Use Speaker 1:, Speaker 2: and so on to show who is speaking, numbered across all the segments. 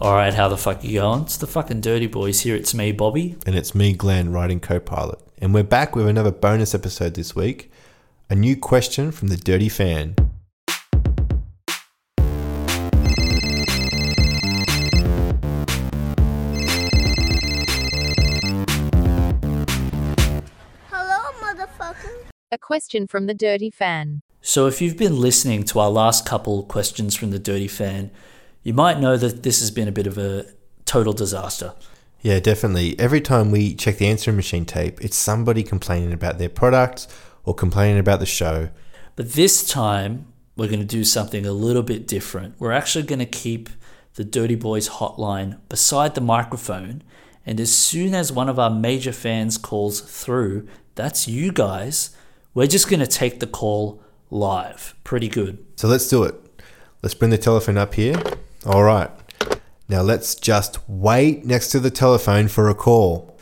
Speaker 1: all right, how the fuck you going? It's the fucking Dirty Boys here. It's me, Bobby.
Speaker 2: and it's me, Glenn, writing co-pilot. And we're back with another bonus episode this week. A new question from the dirty fan.
Speaker 3: Hello, motherfucker.
Speaker 4: A question from the dirty fan.
Speaker 1: So, if you've been listening to our last couple questions from the Dirty Fan, you might know that this has been a bit of a total disaster.
Speaker 2: Yeah, definitely. Every time we check the answering machine tape, it's somebody complaining about their products or complaining about the show.
Speaker 1: But this time, we're going to do something a little bit different. We're actually going to keep the Dirty Boys hotline beside the microphone. And as soon as one of our major fans calls through, that's you guys, we're just going to take the call live. Pretty good.
Speaker 2: So let's do it. Let's bring the telephone up here. All right. Now let's just wait next to the telephone for a call.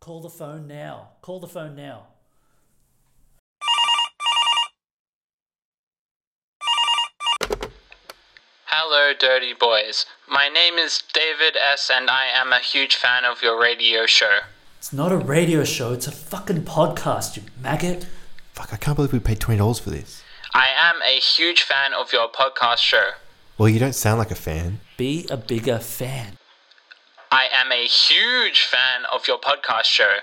Speaker 1: Call the phone now. Call the phone now.
Speaker 5: Hello, Dirty Boys. My name is David S., and I am a huge fan of your radio show.
Speaker 1: It's not a radio show, it's a fucking podcast, you maggot.
Speaker 2: Fuck, I can't believe we paid $20 for this.
Speaker 5: I am a huge fan of your podcast show.
Speaker 2: Well, you don't sound like a fan.
Speaker 1: Be a bigger fan.
Speaker 5: I am a huge fan of your podcast show.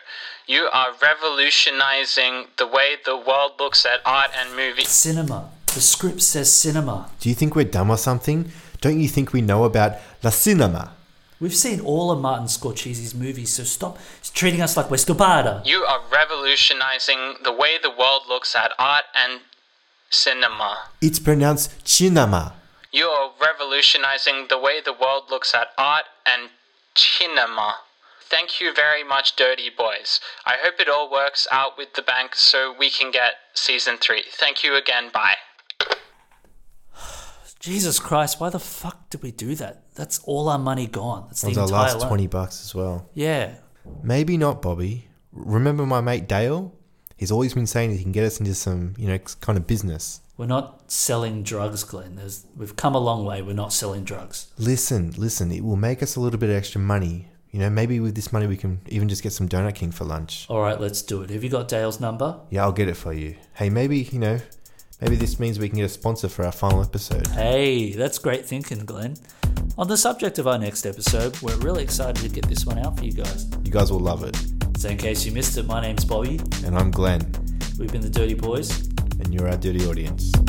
Speaker 5: You are revolutionizing the way the world looks at art and movies.
Speaker 1: Cinema. The script says cinema.
Speaker 2: Do you think we're dumb or something? Don't you think we know about la cinema?
Speaker 1: We've seen all of Martin Scorsese's movies, so stop treating us like we're stupida.
Speaker 5: You are revolutionizing the way the world looks at art and cinema.
Speaker 2: It's pronounced cinema.
Speaker 5: You are revolutionizing the way the world looks at art and cinema. Thank you very much, Dirty Boys. I hope it all works out with the bank so we can get season three. Thank you again. Bye.
Speaker 1: Jesus Christ, why the fuck did we do that? That's all our money gone. That's the
Speaker 2: That was our
Speaker 1: entire
Speaker 2: last
Speaker 1: loan.
Speaker 2: 20 bucks as well.
Speaker 1: Yeah.
Speaker 2: Maybe not, Bobby. Remember my mate Dale? He's always been saying that he can get us into some, you know, kind of business.
Speaker 1: We're not selling drugs, Glenn. There's, we've come a long way. We're not selling drugs.
Speaker 2: Listen, listen, it will make us a little bit of extra money. You know, maybe with this money we can even just get some Donut King for lunch.
Speaker 1: All right, let's do it. Have you got Dale's number?
Speaker 2: Yeah, I'll get it for you. Hey, maybe, you know, maybe this means we can get a sponsor for our final episode.
Speaker 1: Hey, that's great thinking, Glenn. On the subject of our next episode, we're really excited to get this one out for you guys.
Speaker 2: You guys will love it.
Speaker 1: So, in case you missed it, my name's Bobby.
Speaker 2: And I'm Glenn,
Speaker 1: We've been the Dirty Boys.
Speaker 2: and you're our dirty audience.